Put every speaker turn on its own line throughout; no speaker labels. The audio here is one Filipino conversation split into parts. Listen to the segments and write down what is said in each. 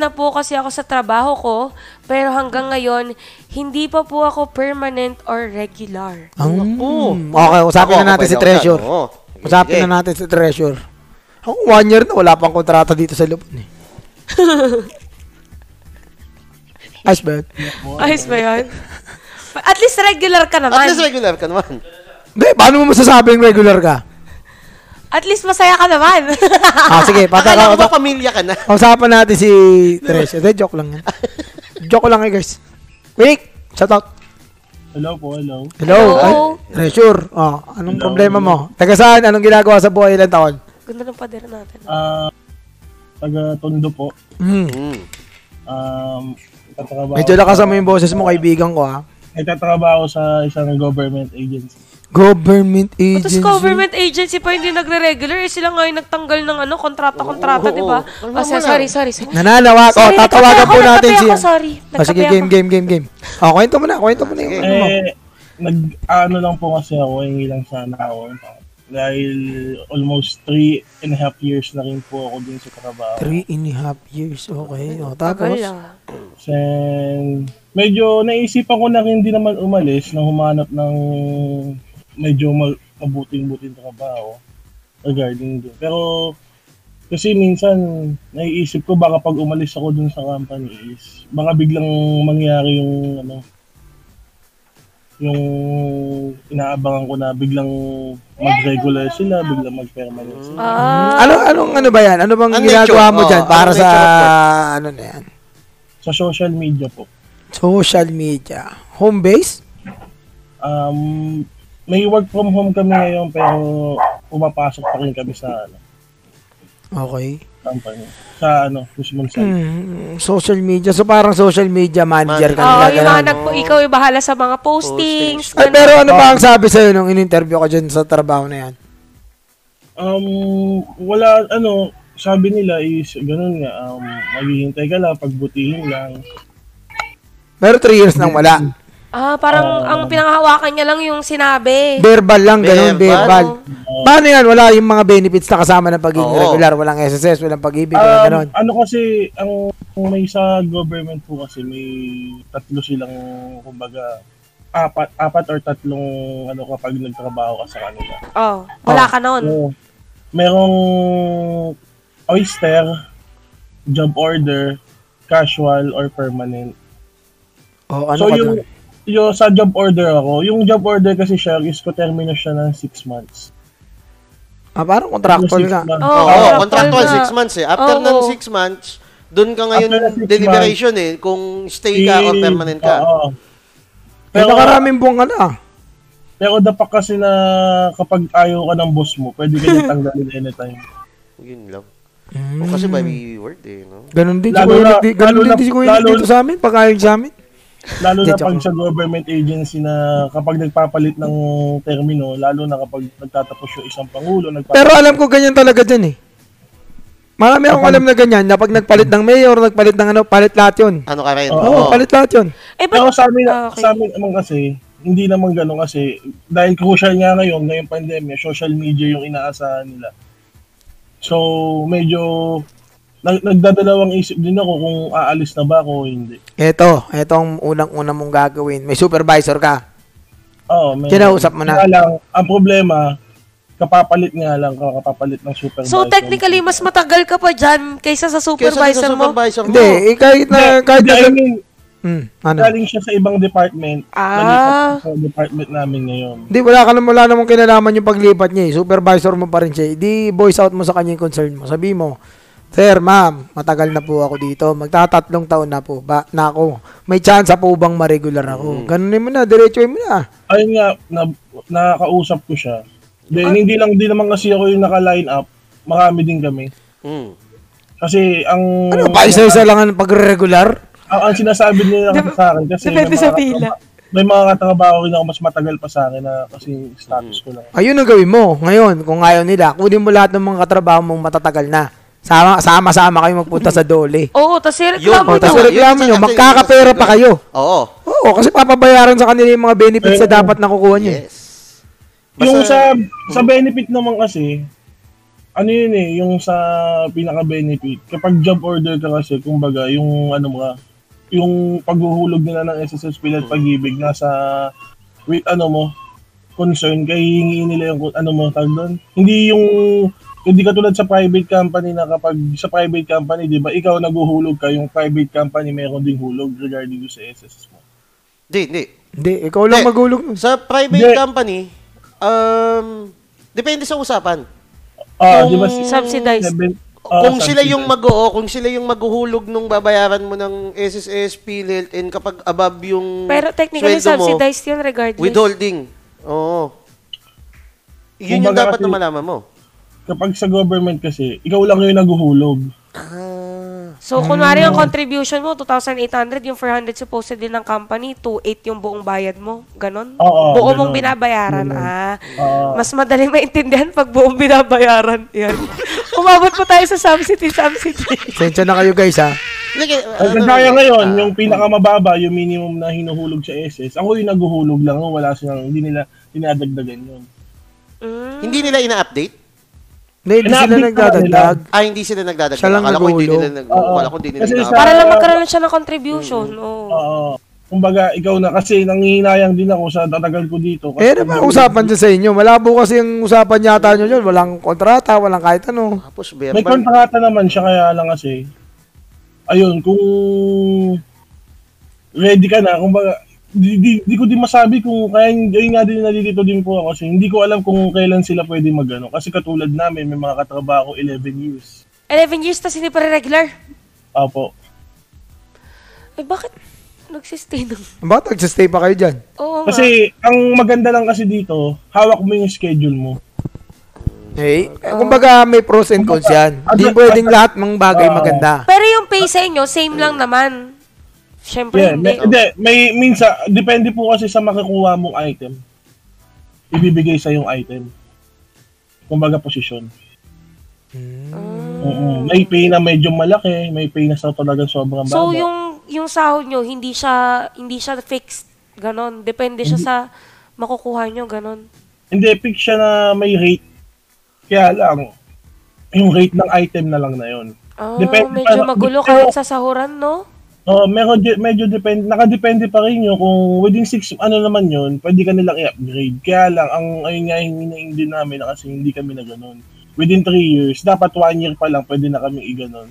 na po kasi ako sa trabaho ko, pero hanggang ngayon, hindi pa po ako permanent or regular.
Ang- mm,
Naku.
Okay, usapin
Ako,
na natin si
ako pwede,
Treasure.
ako, oo.
Usapin
Sige.
na natin si Treasure. Ang One year na, wala pang kontrata dito sa Lupon eh. Ayos ba yun?
Ayos ba yun? At least regular ka naman.
At least regular ka naman.
Hindi, paano mo masasabing regular ka?
masaya ka naman.
ah, sige, pata
Akala ko
ka.
ba pamilya ka na?
Usapan natin si Treasure. Hindi, joke lang yan. joke lang eh, guys. Quick, shout out.
Hello po, hello.
Hello.
Hello.
Ay, Treasure. Oh, anong problema mo? Taga saan? Anong ginagawa sa buhay ilang taon?
Ganda ng pader natin.
Ah, taga Tondo po.
Mm.
Hmm.
Um, nagtatrabaho,
Medyo lakas mo yung boses mo, kaibigan ko ah.
nagtatrabaho sa isang government agency.
Government
Tapos
agency.
government agency pa hindi nagre-regular. Eh, sila nga yung nagtanggal ng ano, kontrata-kontrata,
Oo,
di ba?
oo.
Oh, sorry, sorry, sorry.
Nananawa ko.
Sorry,
Oh, Tatawagan
nagkape
po
ako,
natin
nagkape
siya.
ako, sorry.
Ah, sige,
Nagkape
game, game, game, game. Ah, kwento mo na, kwento mo na yung ano mo.
Eh, nag, ano lang po kasi ako, hingi lang sana ako. Dahil almost three and a half years na rin po ako din sa trabaho.
Three and a half years, okay. O, tapos,
Tagal ah.
And medyo naisipan ko na rin din naman umalis na humanap ng medyo mal- mabuting-buting trabaho regarding doon. Pero kasi minsan naiisip ko baka pag umalis ako dun sa company is baka biglang mangyari yung ano yung inaabangan ko na biglang mag-regular sila, biglang mag-permanent sila.
Ah,
ano, anong ano ba yan? Ano bang
Ang
ginagawa
nature,
mo
oo,
dyan
ang
para sa,
nature of
ano na yan?
Sa social media po.
Social media. Home base?
Um, may work from home kami ngayon pero pumapasok pa rin kami sa ano,
Okay.
company. Sa ano, Guzman Center.
Mm, social media. So, parang social media manager ka
Manager.
Oo,
nila.
Ah, yung mga
ganun.
nagpo, ikaw yung bahala sa mga postings.
Ay, pero ano ba ang sabi sa'yo nung in-interview ka dyan sa trabaho na yan?
Um, wala, ano, sabi nila is, ganun nga, um, maghihintay ka lang, pagbutihin lang.
Pero 3 years nang wala.
Ah, parang ang pinanghawakan niya lang yung sinabi.
Verbal lang, ganun, verbal.
Verbal.
Paano yan? Wala yung mga benefits na kasama ng pagiging
Oo.
regular. Walang SSS, walang pag-ibig, walang Ah, ganun.
Um, ano kasi, ang kung may sa government po kasi, may tatlo silang, kumbaga, apat, apat or tatlong, ano, kapag nagtrabaho ka sa kanila.
Oh, wala ka
Ano?
nun.
Oo. merong oyster, job order, casual or permanent.
Oh, ano
so
ka
yung
doon?
yung sa job order ako, yung job order kasi siya is ko termino siya ng 6 months.
Ah, parang
Yung
contractual
six
ka.
months.
Oo,
Oo,
contractual
contractual
na.
6 months eh. After
Oo.
ng 6 months, doon ka ngayon
After ng six
deliberation eh, kung stay ka or
Eh,
permanent ka.
oo.
Pero
Pero,
Eh, nakaraming buwan ka na. ah.
pero dapat kasi na kapag ayaw ka ng boss mo, pwede ka niya tanggalin anytime.
Yun lang. O kasi may word eh, no?
Ganun din si
Lalo
Kuya
na-
Nick di- ganun
lalo
din
na-
si Kuya Nick
lalo
dito
na-
sa amin, pag ayaw sa amin.
Lalo
Hindi,
na
joke
pag
lang.
sa government agency na kapag nagpapalit ng termino, lalo na kapag nagtatapos yung isang pangulo, nagpapalit
Pero alam ko ganyan talaga dyan eh. Marami akong alam na ganyan, na pag nagpalit ng mayor, nagpalit ng ano, palit lahat yun.
Ano ka rin?
Oo, palit lahat yun.
Eh,
Pero
ba't,
sa amin,
Ah, okay.
sa amin naman kasi, hindi naman ganun kasi, dahil crucial nga ngayon, ngayong pandemya, social media yung inaasahan nila. So, medyo, nag- nagdadalawang isip din ako kung aalis na ba ako o hindi.
Eto, eto ang unang-una mong gagawin. May supervisor ka.
Oo, may,
Kinausap mo na.
Kaya lang, ang problema, kapapalit nga lang, kapapalit ng supervisor.
so, technically, mas matagal ka pa dyan kaysa sa
Kesa dun sa
supervisor mo.
supervisor mo.
Hindi, eh, kahit na,
Hindi,
kahit
hindi,
na,
I mean,
Hmm, ano?
galing siya sa ibang department.
Ah.
nalipat siya Sa department namin ngayon.
Hindi, wala ka naman, wala namang kinalaman yung paglipat niya eh. Supervisor mo pa rin siya. eh. Di voice out mo sa kanya yung concern mo. Sabi mo, Sir, ma'am, matagal na po ako dito. Magtatatlong taon na po. Ba, na ako. May chance po bang ma-regular
Mm.
ako? Ganunin mo na, diretsuhin mo na.
ayun nga, na, nakakausap ko siya.
Ah.
Then, hindi lang din naman kasi ako yung naka-line up. Marami din kami.
Mm.
Kasi ang...
Ano pa, isa-isa lang ang pag-regular?
Ang, ang sinasabi nila kasi sa akin kasi
depende sa
katraba-
pila.
may mga katrabaho rin ako mas matagal pa sa akin na kasi
Mm.
status ko lang.
Ayun ang gawin mo. Ngayon, kung ayaw nila, kunin mo lahat ng mga katrabaho mong matatagal na. Sama, sama-sama kayo magpunta sa dole.
Oo, tapos
Ano Yun,
reklamo
O,
niya.
tapos reklamo nyo, magkakapera pa kayo.
Oo.
Oo, kasi papabayaran sa kanila yung mga benefits na dapat nakukuha nyo. eh.
Yes.
yung sa sa benefit naman kasi, ano yun eh, yung sa pinaka-benefit. Kapag job order ka kasi, kumbaga, yung ano mga, yung paghuhulog nila ng SSS Pilat Pag-ibig nasa, wait, ano mo, concern kay hingi nila yung ano mo tag doon. Hindi yung hindi katulad sa private company na kapag sa private company, 'di ba, ikaw naguhulog ka, yung private company meron ding hulog regarding doon sa SSS mo.
Hindi, hindi.
Hindi, ikaw lang
Hindi.
magulog.
Sa private
Hindi.
company, um, depende sa usapan.
Ah,
Kung-
'di ba? si-
Subsidized.
seven- ah,
kung sila
subsidized.
yung mag oo, kung sila yung maghuhulog nung babayaran mo ng SSS, PLILT, and kapag above yung
Pero technically
sweldo mo,
subsidized yun regardless.
Withholding. Oo. Yun yung
Kumbaga
dapat
kasi-
na malaman mo.
kapag sa government kasi, ikaw lang yung naguhulog.
Ah.
So, kunwari
Mm.
yung contribution mo, 2,800, yung 400 supposed din ng company, 2,800 yung buong bayad mo. Ganon?
Oo,
buo
ganon.
mong binabayaran. Ah,
Oo.
mas madali maintindihan pag buong binabayaran. Yan. Umabot po tayo sa subsidy, subsidy.
Sensya na kayo guys ha.
Like, eh,
Ang
ano-
kasaya ngayon,
Ah.
yung pinakamababa, yung minimum na hinuhulog sa SS, ako yung naguhulog lang, wala silang, hindi nila dinadagdagan yun.
Mm.
hindi nila ina-update?
Hindi, hindi sila
Ina-update
nagdadagdag.
Ah, hindi sila nagdadagdag.
Siya lang
Akala ko hindi
naguhulog.
nila nag
Oo.
Akala ko hindi nila
Kasi
ina-update.
Para lang magkaroon siya ng contribution.
Mm-hmm.
Oo.
Oo. Kumbaga, ikaw na kasi nangihinayang din ako sa tatagal ko dito. Kasi
Eh, ano ba usapan dyan sa inyo? Malabo kasi yung usapan yata nyo dyan. Walang kontrata, walang kahit ano.
Tapos
May
verbal.
kontrata naman siya kaya lang kasi. Ayun, kung ready ka na, kumbaga, di, di, di ko din masabi kung kaya ayun nga din nalilito din po ako kasi hindi ko alam kung kailan sila pwede magano kasi katulad namin may mga katrabaho 11 years.
11 years, tas hindi pa rin regular.
Apo.
Eh, bakit nagsistay nun?
Bakit nagsistay pa kayo dyan?
Oo nga.
Kasi ang maganda lang kasi dito, hawak mo yung schedule mo.
Eh, kumbaga may pros and cons yan.
ano-
Hindi pwedeng lahat ng bagay
Ah.
maganda.
Pero yung pay sa inyo, same lang naman. Siyempre,
Yeah,
hindi.
may, hindi, may minsa, depende po kasi sa makukuha mong item. Ibibigay sa yung item. Kumbaga posisyon.
Hmm.
Oo. May pay na medyo malaki, may pay na sa talagang sobrang baba.
So yung yung sahod nyo hindi siya hindi siya fixed ganon depende siya sa makukuha nyo ganon.
Hindi, pick siya na may rate. Kaya lang, yung rate ng item na lang na yun.
Ah,
Depende
medyo
pa-
magulo
pero-
kahit sa sahuran no?
Oh, meron di- medyo depend nakadepende pa rin yun kung within 6 ano naman yun, pwede ka nilang i-upgrade. Kaya lang ang ayun nga yung hinihingi din namin na kasi hindi kami na ganun. Within 3 years, dapat 1 year pa lang pwede na kami i-ganon.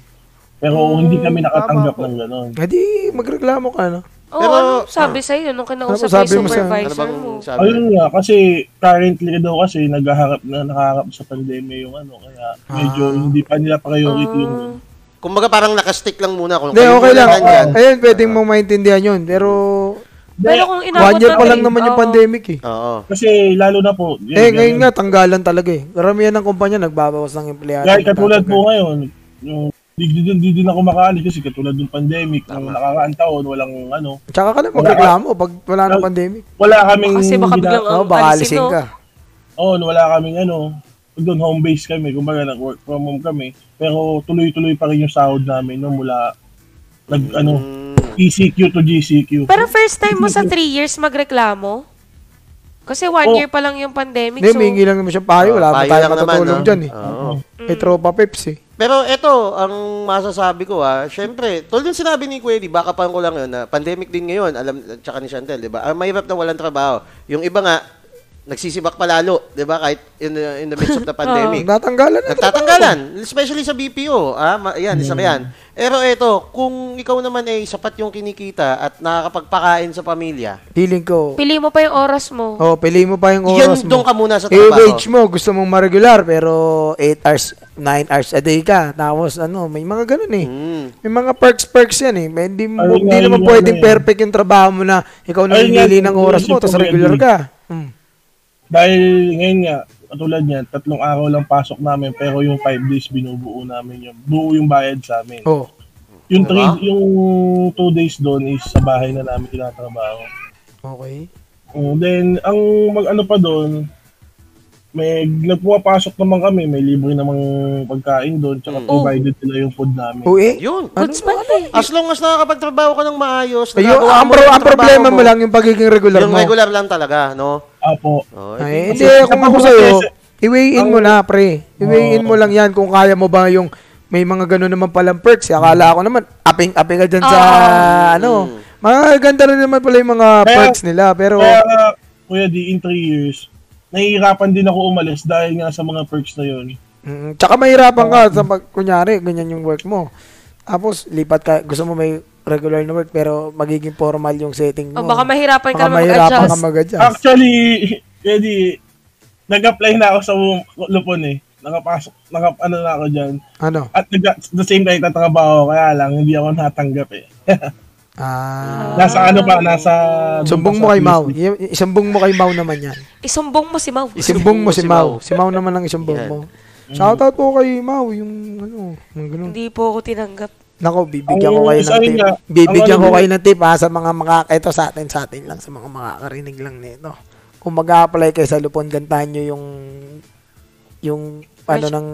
Pero hindi kami nakatanggap ng ganon.
Hindi, Eh, magreklamo ka na.
Oh,
Pero-
ano sabi sa iyo nung kinausap
Ano sabi
yung
mo sa-
Ano
supervisor
bang
mo?
sabi?
Ayun nga kasi currently daw kasi naghaharap na nakaharap sa pandemya yung ano kaya medyo hindi pa nila priority yung
Kumbaga parang nakastick lang muna. Kung
Hindi,
kayo
okay lang.
muna nandyan.
Ayun, pwedeng mong maintindihan yun. Pero,
Pero kung inabot
one year
ng
pa lang
grade,
naman yung
oo.
pandemic eh.
Oo.
kasi lalo na po yun,
Eh, ngayon nga, tanggalan talaga eh. Karamihan ng kumpanya, nagbabawas ng empleyado.
Kahit katulad po ngayon, yung hindi din, di din ako makaalis kasi katulad ng pandemic, ng nakakaang taon, walang ano,
Tsaka ka lang magreklamo pag wala ng pandemic.
wala kaming,
Kasi baka
gina-
biglang
Oo,
ang
baka
alisin,
alisin
no?
ka.
Oo, wala kaming ano, doon home base kami, kumbaga nag-work from home kami, pero tuloy-tuloy pa rin yung sahod namin no, mula nag ano, ECQ to GCQ.
Mm. Pero first time mo sa three years magreklamo? Kasi one
Oh.
year pa lang yung pandemic.
Hindi,
so,
humingi lang naman siya payo. eh, Wala pa
Payo
tayo
lang naman,
matutulog
no?
dyan eh.
Oo.
May tropa peps eh.
Pero eto, ang masasabi ko ha, syempre, tulad yung sinabi ni Kuya, di ba, kapan ko lang yun, na pandemic din ngayon, alam, tsaka ni Chantel, di ba, ang mahirap na walang trabaho. Yung iba nga, nagsisibak pa lalo, di ba, kahit in, the- in the midst of the pandemic.
Natanggalan na.
Nagtatanggalan, especially sa BPO, ah, ma- yan, isa
Mm.
ka yan. Pero eto, kung ikaw naman ay sapat yung kinikita at nakakapagpakain sa pamilya,
Feeling ko.
pili mo pa yung oras mo.
Oh, pili mo pa yung
Yan,
oras mo.
doon ka muna sa
Eh,
trabaho.
wage mo, gusto mong ma-regular, pero 8 hours, 9 hours a day ka. Tapos, ano, may mga ganun eh.
mm,
May mga perks-perks yan eh. May, hindi, mo,
Ayun
hindi
nga,
naman
yun nga,
pwedeng
yun.
perfect yung trabaho mo na ikaw na
Ayun nga,
pinili ng oras mo,
iniisip
tapos
ko
regular
yun.
ka. Hmm.
Dahil ngayon nga, katulad niyan, tatlong araw lang pasok namin, pero yung 5 days binubuo namin yun. Buo yung bayad sa amin.
Oh.
Yung three,
Diba?
yung two days doon is sa bahay na namin tinatrabaho.
Okay.
Oh, then, ang mag-ano pa doon, may nagpapasok naman kami, may libre namang pagkain doon, tsaka provided sila yung food namin.
Uwi.
yun.
Goods pa rin eh.
As long as nakakapagtrabaho ka ng maayos,
Ano? Ayun,
nagagawa
ang,
mo
pro-
yung
ang
trabaho
problema mo lang yung pagiging regular
Yung
mo.
regular lang talaga, no?
Apo.
Oh,
Ay,
eh,
hindi, kung ako sa'yo, I-weigh-in mo na, pre. I-weigh-in mo lang yan kung kaya mo ba yung may mga ganun naman palang perks. Eh, Akala ko naman, aping-aping ka dyan sa, ano, maganda rin naman pala yung mga
Kaya-
perks nila. Pero,
Kaya, nga, kuya di, in 3 years, nahihirapan din ako umalis dahil nga sa mga perks na yun.
Mm, tsaka mahirapan ka sa pag, kunyari, ganyan yung work mo. Tapos, lipat ka, gusto mo may regular na work pero magiging formal yung setting
O
mo.
Oh, baka mahirapan ka
Baka
na
mahirapan ka
mag-adjust.
mag-adjust.
Actually, kuya di, nag-apply na ako sa Lupon eh. Nakapasok, nakap, ano na ako dyan.
Ano?
At nag- the same time tatrabaho, ko, kaya lang, hindi ako natanggap eh.
Ah.
nasa ano pa, nasa...
Sumbong mo kay Mau. I- Isumbong mo kay Mau naman yan.
Isumbong mo si Mau.
Isumbong mo si
si
Mau. Mm.
Mau.
Si Mau naman ang isumbong
Yan.
mo. Shoutout po kay Mau, yung ano, yung ganun.
Hindi po ako tinanggap.
Nako, bibigyan ko
Ang
kayo
isa
ng
yun
tip.
nga,
Bibigyan
ang
ko
ano-
kayo ng tip ha, sa mga maka... Ito sa atin, sa atin lang, sa mga makakarinig lang nito. Kung mag-a-apply kayo sa Lupon, gantahan nyo yung... Yung ano
Resu-
nang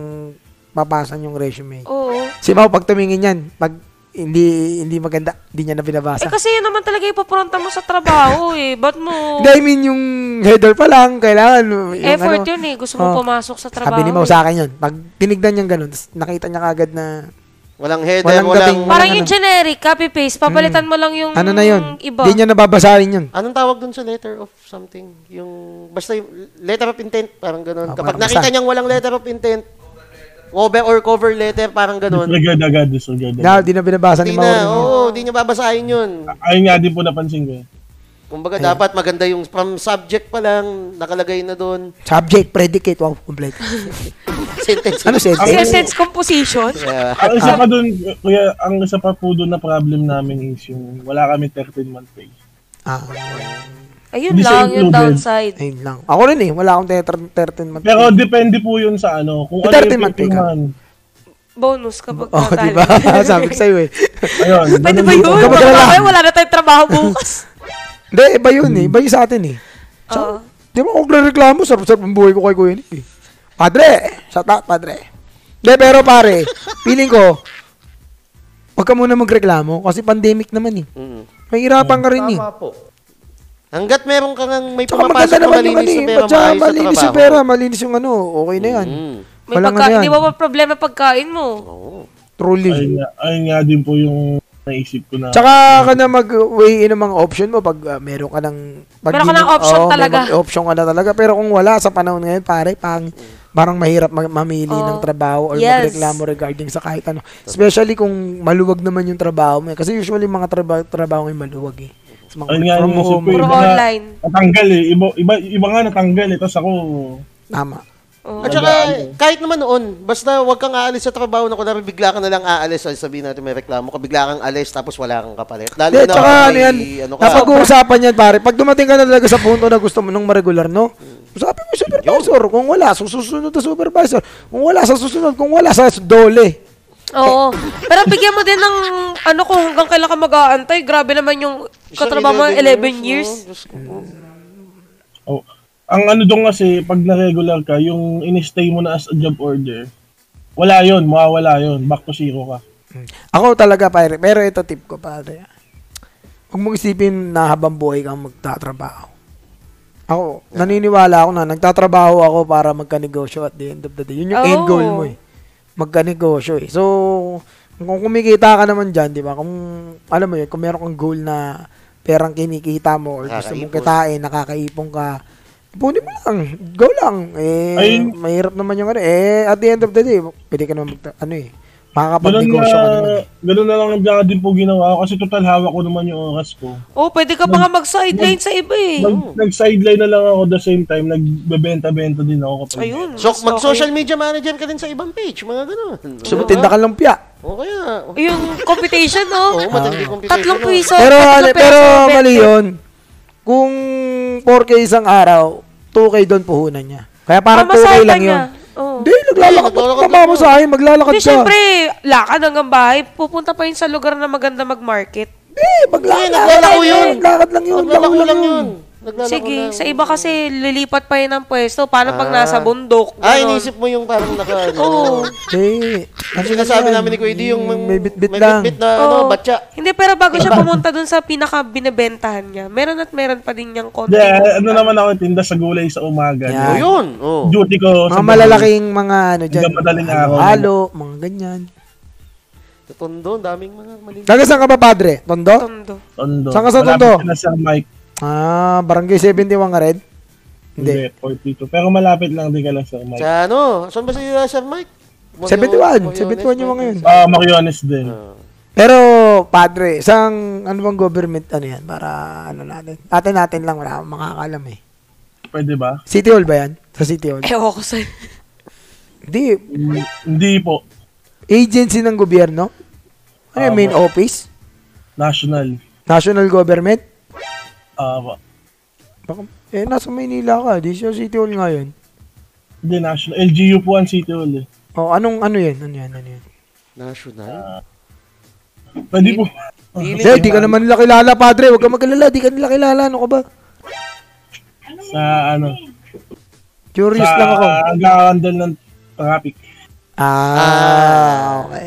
mapasan yung resume.
Oo. Eh,
Si Mau, pag tumingin yan, pag hindi hindi maganda, hindi niya na binabasa.
Eh kasi yun naman talaga ipapronta mo sa trabaho eh. Ba't mo...
Hindi, I mean, yung header pa lang, kailangan... yung
Effort
ano,
yun eh. Gusto mo
Oh.
pumasok sa trabaho.
Sabi ni Mau
eh.
sa akin yun. Pag tinignan niya ganun, tas nakita niya kagad na
Walang header,
Walang
walang...
dating-
Parang
Walang
yung generic, copy-paste. Papalitan mo lang yung
Hmm. ano na yun.
iba.
Hindi niya nababasahin yun.
Anong tawag dun sa letter of something? Yung, basta yung letter of intent, parang
Ah,
ganun. Kapag
parang
nakita
basta.
niyang walang letter of intent, cover or cover letter, parang ganun.
Disregard agad, disregard agad.
Dahil di na binabasa ni Mau.
Di na,
rin yun.
oo, di niya babasahin yun.
Ayun nga din po napansin ko. eh.
Kumbaga, dapat maganda yung from subject pa lang, nakalagay na dun.
Subject, predicate, wow, complete.
Sentence.
Ano
Kasi
sentence?
sense composition.
Yeah.
Ang isa pa dun, kuya, ang isa pa po dun na problem namin is yung wala kami 13 month pay.
Ah,
Ayun
Hindi siya
lang yung
included.
downside.
ayun lang. Ako rin eh, wala akong 13 month.
Pero depende po yun sa ano.
May
Kung ano
13
yung
Eh, month pay ka?
13 month.
Bonus kapag
Oh, di
natalo.
ba? Sabi ko sa'yo eh.
Ayun.
Pwede
ganun
ba
din
yun?
po.
Kapag
Kapag
wala-
wala, wala na tayong trabaho bukas.
Hindi, iba yun eh. Iba yun sa atin eh.
Oo.
Di ba kung reklamo, sarap-sarap ang buhay ko kay Kuya Nick eh. Padre! Shout out, padre. Hindi, pero pare, feeling ko, huwag ka muna magreklamo kasi pandemic naman eh.
Mm.
Mahirapan ka rin eh.
Hanggat meron kang may
Tsaka
Mm. pumapasok
maganda
na
naman yung ano
malinis
eh.
na pera,
Tsaka
maayos sa
malinis yung
trabaho.
pera, malinis yung ano, okay na yan.
Mm.
May
Walang ano
pagka-
yan.
Hindi mo pa problema pagkain mo.
Truly.
Ayun nga, ayun nga din po yung naisip ko na.
Tsaka ka na mag-weigh in ng mga option mo pag ah, meron ka ng... Pag
Meron ka
di-
ng option
oo, may
talaga.
mag- option ka na talaga. Pero kung wala sa panahon ngayon, pare, pang, parang mahirap mag- mamili
Oo.
ng trabaho or
Oh. Yes.
magreklamo regarding sa kahit ano. Especially kung maluwag naman yung trabaho mo. eh. Kasi usually mga traba- trabaho ngayon maluwag eh. Sa mga
Ayun
work
nga
from
yung isip
home.
ko eh.
Puro
Iba na-
online.
Natanggal eh. Iba, iba, iba nga natanggal eh. Tapos ako,
Tama.
Oo.
At saka, kahit naman noon, basta wag kang aalis sa trabaho na kunwari bigla ka na lang aalis. Ay, sabihin natin may reklamo ka, bigla kang alis tapos wala kang kapalit. Lalo
Hindi,
na
tsaka
kung
ano
may
yan,
ano ka,
napag-uusapan yan pare. Pag dumating ka na talaga sa punto na gusto mo ng regular, no?
Hmm.
Sabi mo, supervisor, kung wala, sa susunod na supervisor. Kung wala sa susunod, kung wala sa dole.
Oo. Pero bigyan mo din ng ano kung hanggang kailan ka mag-aantay. Grabe naman yung
isang
katrabaho mo 11 years.
oh, Diyos ko po.
oh, ang ano doon kasi, pag na-regular ka, yung in-stay mo na as a job order, wala yun, mawawala yun. Back to zero ka.
Ako talaga, pare. Pero ito tip ko, pare. Huwag mong isipin na habang buhay kang magtatrabaho. Ako, naniniwala ako na nagtatrabaho ako para magkanegosyo at the end of the day. Yun yung end
Oh.
goal mo eh. Magkanegosyo eh. So, kung kumikita ka naman dyan, di ba? Kung, alam mo yun, kung meron kang goal na perang kinikita mo or gusto mong
Nakakaipon.
kitain, nakakaipon ka, ipunin mo lang. Go lang. Eh,
Ayun.
mahirap naman yung ano. Eh, at the end of the day, pwede ka naman magta- ano eh,
Ganun na,
makakapagnegosyo ka naman. eh.
ganun na lang ang biyaka din po ginawa ko kasi total hawak ko naman yung oras ko.
Oo, Oh, pwede ka pa nga mag-sideline sa iba eh.
Nag, Nag-sideline na lang ako the same time, nagbebenta-benta din ako kapag
Ayun.
So,
mas
mag-social media manager ka din sa ibang page, mga ganun. Diba?
Sumitinda ka lumpia.
O kaya,
okay. Yung computation, no?
oo, matindi computation.
Tatlong
no?
piso.
Ah. Pero, ano,
tatlong peso,
pero
bet-
mali yun. Kung 4K isang araw, 2K doon puhunan niya. Kaya parang
Mamasahe
2K
ka
lang
niya.
yun.
Oo.
Hindi, ah. naglalakad.
Hindi, maglalakad
Ba't mamamasahin? Maglalakad
Hindi,
siya.
syempre, lakad hanggang bahay. Pupunta pa yun sa lugar na maganda mag-market.
Hindi, maglakad.
Hindi, naglalako yun.
Maglakad lang yun.
Maglalaw
Lako
lang yun. Naglalako
Sige,
na-
sa iba kasi lilipat pa yun ng pwesto. Paano pag
Ah.
nasa bundok?
Ah,
Ganon.
inisip mo yung parang naka... ano,
Oo.
Eh,
Ang sinasabi namin ni Kuya Di, yung mang-
may bitbit
may
lang.
bitbit na ano,
Oo.
batya.
Hindi, pero bago siya pumunta dun sa pinaka binibentahan niya, meron at meron pa din niyang konti.
Hindi, ano naman ako tinda sa gulay sa umaga.
Yan.
O
Ah.
yun. Oh.
Duty ko
Mga malalaking mga ano dyan.
Hanggang madaling araw.
Halo, mga ganyan.
Tondo, daming mga maliliit.
Taga saan ka ba, padre? Tondo?
Tondo.
Tondo.
Saan ka sa
Malapit
Tondo?
ka na sa Mike.
Ah, barangay 71 ka red? Hindi.
Hindi. 42. Pero malapit lang din ka lang sa Mike.
Sa ano? Saan ba si uh, Sir Mike?
71, 71 yung mga yun.
Ah, Mariones din.
Pero, padre, isang ano bang government ano yan? Para ano natin? Atin natin lang, wala akong makakalam eh.
Pwede ba?
City Hall ba yan? Sa City Hall?
Ewan ko sa'yo.
Hindi.
Hmm, Hindi po.
Agency ng gobyerno? Ano yung main office?
National.
National government?
Ah, ba-
Baka, eh, nasa Maynila ka. Di siya City Hall nga yun.
Hindi, national. LGU po ang City Hall eh.
O, anong ano yun? Ano yan? Ano yun?
National?
Pwede po.
Hindi, di ka naman nila kilala, padre. Huwag ka magkalala. Di ka nila kilala. Ano ka ba?
Sa ano?
Curious
Ah.
lang ako.
Sa gahandle ng traffic.
Ah, okay.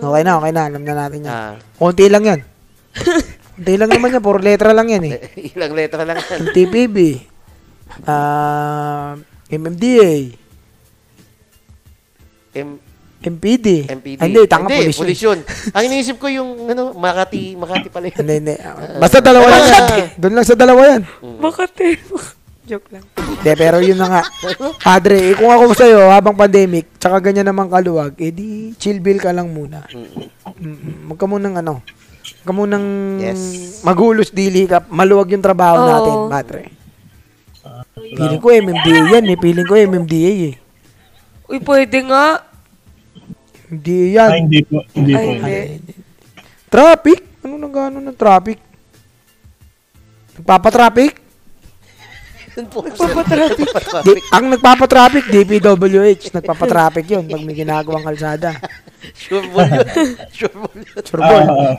Okay na, okay na. Alam na natin yan.
Ah,
Konti lang yan. Konti lang naman yan. Puro letra lang yan eh.
ilang letra lang yan.
MTPB. Ah, MMDA.
M-
MPD.
MPD.
Ah, Hindi, tanga
Hindi,
police. yun.
yun. Ang iniisip ko yung ano, Makati, Makati pala yun.
Hindi, hindi. Basta dalawa lang yan. Doon lang sa dalawa yan.
Mm.
Bakit eh? Joke lang.
De, pero yun na nga. Padre, eh, kung ako sa'yo habang pandemic, tsaka ganyan naman kaluwag, eh di chill bill ka lang muna. Mm, Huwag ka munang ano, huwag ka munang
Yes.
magulos dili ka, maluwag yung trabaho
Oo.
natin, padre.
Ah,
Piling ko MMDA yan eh, piling ko MMDA eh.
Uy, pwede nga.
MDA yan.
Ah, hindi po. Hindi
Ay,
po.
hindi.
Traffic? Ano nang gano'n ng traffic? Nagpapatraffic?
Papatraffic.
Di, ang nagpapatraffic, DPWH. Nagpapatraffic yun pag may ginagawang kalsada.
Sure ball yun. Sure ball yun.
Surbon.
Ah,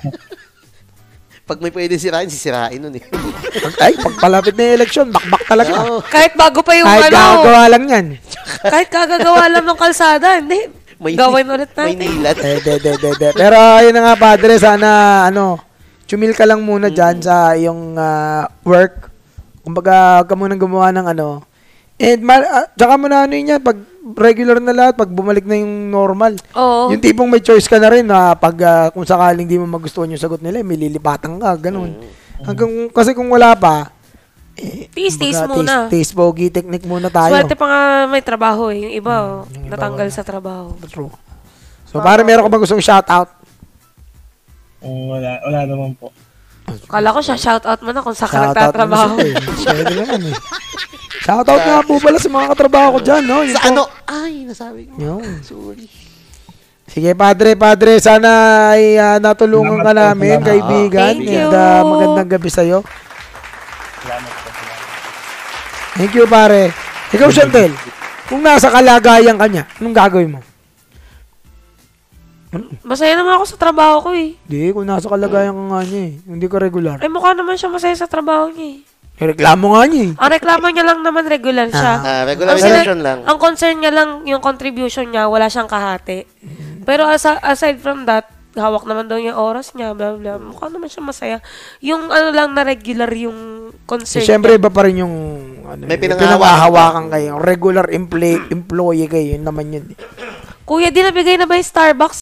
Pag may pwede sirain, sisirain nun eh.
Ay, pagpalapit na yung eleksyon, bakbak talaga.
Oo.
Kahit bago pa yung
Kahit
ano.
gagawa lang yan.
Kahit kagagawa lang ng kalsada. Hindi. Gawin ulit natin.
May nilat.
Eh, de, de, de, de. Pero ayun na nga, padre, sana, ano, chumil ka lang muna dyan sa iyong ah, work. Kumbaga, huwag ka munang gumawa ng ano. And, ma- ah, tsaka mo na ano yun yan, pag regular na lahat, pag bumalik na yung normal.
Oo.
Yung tipong may choice ka na rin na pag ah, kung sakaling di mo magustuhan yung sagot nila, may lilipatan ka, ganun. Hanggang, kasi kung wala pa, eh,
Tiis, tiis muna.
kumbaga, Tiis, tiis, bogey technique muna tayo.
Swerte pa nga may trabaho eh. Yung iba, oh, natanggal sa trabaho.
True. So, pare, meron ka bang gustong shoutout?
oh, wala, wala naman po.
Kala ko siya, shoutout mo na kung saan ka
Shoutout naman
nagtatrabaho.
sila eh. Pwede naman eh. Shoutout nga po pala sa mga katrabaho ko dyan, no? Yun
Sa
po.
ano? Ay, nasabi ko.
Yun.
Sorry.
Sige, padre, padre, sana ay ah, natulungan ka
Salamat po,
namin,
salamat.
kaibigan.
Thank you.
And ah, magandang gabi sa'yo.
Salamat po. Salamat.
Thank you, pare. Ikaw, Chantel, kung nasa kalagayan ka niya, anong gagawin mo?
Masaya naman ako sa trabaho ko eh.
Hindi, kung nasa kalagayan ka nga niya eh. Hindi ka regular.
Ay, mukha naman siya masaya sa trabaho niya eh.
Reklamo nga niya eh.
Ang reklamo niya lang naman regular siya.
Ah,
Ang sina-
regularization lang.
Ang concern niya lang yung contribution niya, wala siyang kahati. Pero asa- aside from that, hawak naman daw niya oras niya, bla bla. Mukha naman siya masaya. Yung ano lang na regular yung concern.
Siyempre, Eh, iba pa rin yung ano, yung
May pinangahawakan.
pinangahawakan kayo. Regular employee, employee kayo. Yun naman yun. eh.
Kuya, di nabigay na ba yung Starbucks?